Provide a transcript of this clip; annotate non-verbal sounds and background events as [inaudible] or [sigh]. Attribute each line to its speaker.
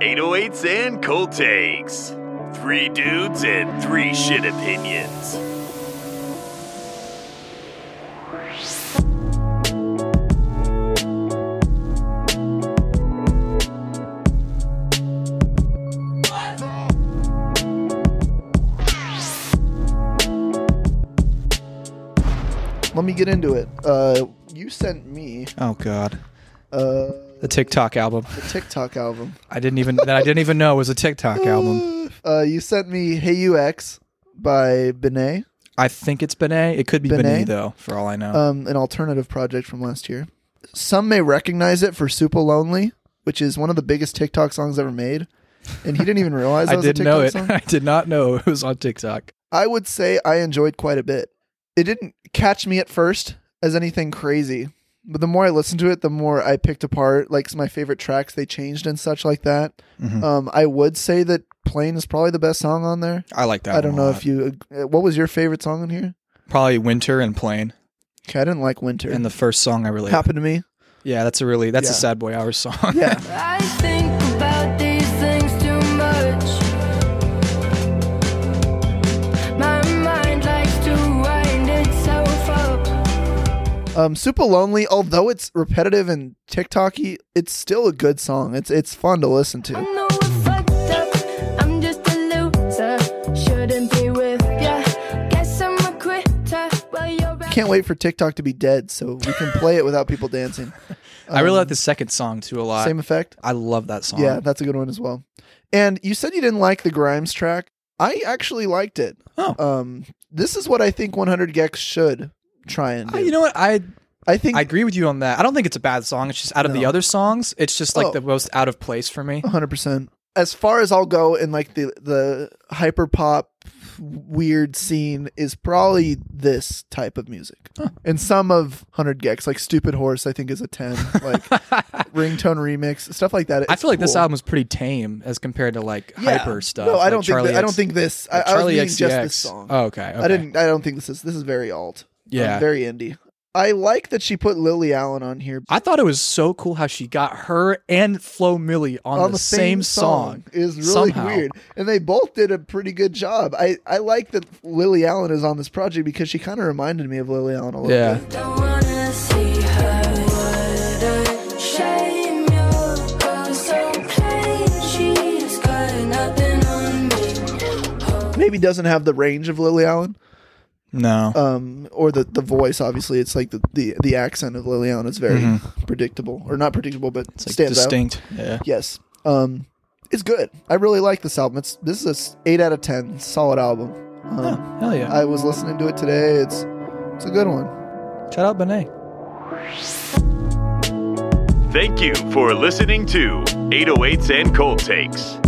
Speaker 1: 808s and cold takes. Three dudes and three shit opinions.
Speaker 2: Let me get into it. Uh, you sent me
Speaker 3: Oh God,
Speaker 2: uh,
Speaker 3: the TikTok album.
Speaker 2: the TikTok album.
Speaker 3: I didn't even that I didn't even know was a TikTok album.
Speaker 2: Uh, you sent me Hey UX by Benet,
Speaker 3: I think it's Benet. It could be Benet,
Speaker 2: Benet?
Speaker 3: though, for all I know.
Speaker 2: um, an alternative project from last year. Some may recognize it for Super Lonely, which is one of the biggest TikTok songs ever made. And he didn't even realize that
Speaker 3: [laughs] I
Speaker 2: was a
Speaker 3: didn't
Speaker 2: TikTok
Speaker 3: know it.
Speaker 2: song.
Speaker 3: I did not know it was on TikTok.
Speaker 2: I would say I enjoyed quite a bit. It didn't catch me at first as anything crazy, but the more I listened to it, the more I picked apart like my favorite tracks they changed and such like that.
Speaker 3: Mhm.
Speaker 2: Um, I would say that "Plane" is probably the best song on there.
Speaker 3: I like that.
Speaker 2: I don't
Speaker 3: one a
Speaker 2: know
Speaker 3: lot.
Speaker 2: if you. Uh, what was your favorite song on here?
Speaker 3: probably Winter and Plane
Speaker 2: Okay, I didn't like "Winter."
Speaker 3: and the first song I really.
Speaker 2: happened to me.
Speaker 3: Yeah, that's a really that's a
Speaker 2: Yeah.
Speaker 3: sad boy hours song.
Speaker 2: Yeah,
Speaker 4: I think about these things too much. My mind likes to wind itself up.
Speaker 2: um, "Super Lonely." Although it's repetitive and TikToky, it's still a good song. It's it's fun to listen
Speaker 4: I
Speaker 2: to.
Speaker 4: know we're fucked up. I'm just a loser. Shouldn't be with ya. Guess I'm a quitter. Well, you're right.
Speaker 2: Can't wait for TikTok to be dead so we can play it without people [laughs] dancing.
Speaker 3: [laughs] I really
Speaker 2: Um,
Speaker 3: like the second song too a lot.
Speaker 2: Same effect.
Speaker 3: I love that song.
Speaker 2: Yeah, that's a good one as well. And you said you didn't like the Grimes track. I actually liked it.
Speaker 3: Oh.
Speaker 2: Um, this is what I think 100 Gex should try and do.
Speaker 3: I- Uh, you know what? I
Speaker 2: I think
Speaker 3: I agree with you on that. I don't think it's a bad song. It's just out of the
Speaker 2: No.
Speaker 3: other songs, it's just like
Speaker 2: Oh.
Speaker 3: the most out of place for me.
Speaker 2: 100%. As far as I'll go in like the the hyper pop weird scene is probably this type of music. And some of 100 Gex like Stupid Horse I think is a 10,
Speaker 3: [laughs]
Speaker 2: like ringtone remix, stuff like that.
Speaker 3: I
Speaker 2: It's
Speaker 3: feel like this
Speaker 2: cool.
Speaker 3: album was pretty tame as compared to like
Speaker 2: Yeah.
Speaker 3: hyper stuff.
Speaker 2: No, I
Speaker 3: like
Speaker 2: don't
Speaker 3: Charlie
Speaker 2: think that, I don't
Speaker 3: X-
Speaker 2: think this. I,
Speaker 3: like
Speaker 2: I was
Speaker 3: Charlie
Speaker 2: meaning
Speaker 3: XCX.
Speaker 2: just this song.
Speaker 3: Oh, okay. okay.
Speaker 2: I didn't. I don't think this is. This is very alt.
Speaker 3: Yeah.
Speaker 2: Um, very indie. I like that she put Lily Allen on here
Speaker 3: I thought it was so cool how she got her and Flo Milli on, the, same, song.
Speaker 2: It was really
Speaker 3: Somehow.
Speaker 2: weird, and they both did a pretty good job. I I like that Lily Allen is on this project because she kind of reminded me of Lily Allen a little
Speaker 3: Yeah.
Speaker 2: bit.
Speaker 4: Don't wanna see her. What a shame your girl's so plain. She's got nothing on me.
Speaker 2: Maybe doesn't have the range of Lily Allen,
Speaker 3: No.
Speaker 2: um, or the the voice. Obviously, it's like the the, the accent of Lily Allen is very predictable, or not predictable, but
Speaker 3: Mm-hmm. it's like
Speaker 2: stands out.
Speaker 3: distinct. Yeah.
Speaker 2: Yes. Um, it's good. I really like this album. It's this is a s- eight out of ten solid album. Um,
Speaker 3: Yeah, Hell yeah.
Speaker 2: I was listening to it today. It's it's a good one.
Speaker 3: Shout out Benet.
Speaker 1: Thank you for listening to 808s and cold takes.